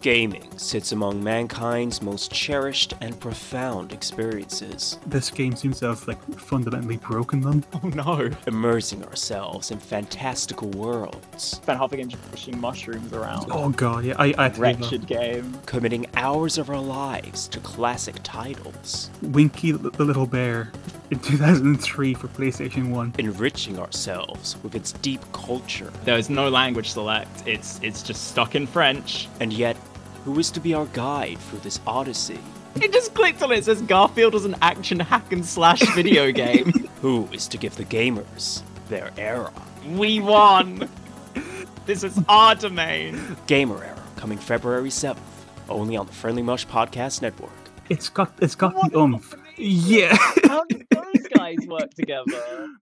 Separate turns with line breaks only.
Gaming sits among mankind's most cherished and profound experiences,
This game seems to have like fundamentally broken them.
Oh no.
immersing ourselves in fantastical worlds,
Spent half a game just pushing mushrooms around.
Oh god, yeah, I I had to do that.
Wretched game.
committing hours of our lives to classic titles,
Winky the the Little Bear in 2003 for PlayStation One.
enriching ourselves with its deep culture.
There is no language select. It's it's just stuck in French.
And yet, who is to be our guide through this odyssey?
It just clicked on it. It says Garfield was an action hack and slash video game.
Who is to give the gamers their era?
we won. This is our domain.
Gamer Era, coming February 7th, only on the Friendly Mush Podcast Network.
It's got it's got the oomph. Yeah.
How did those guys work together?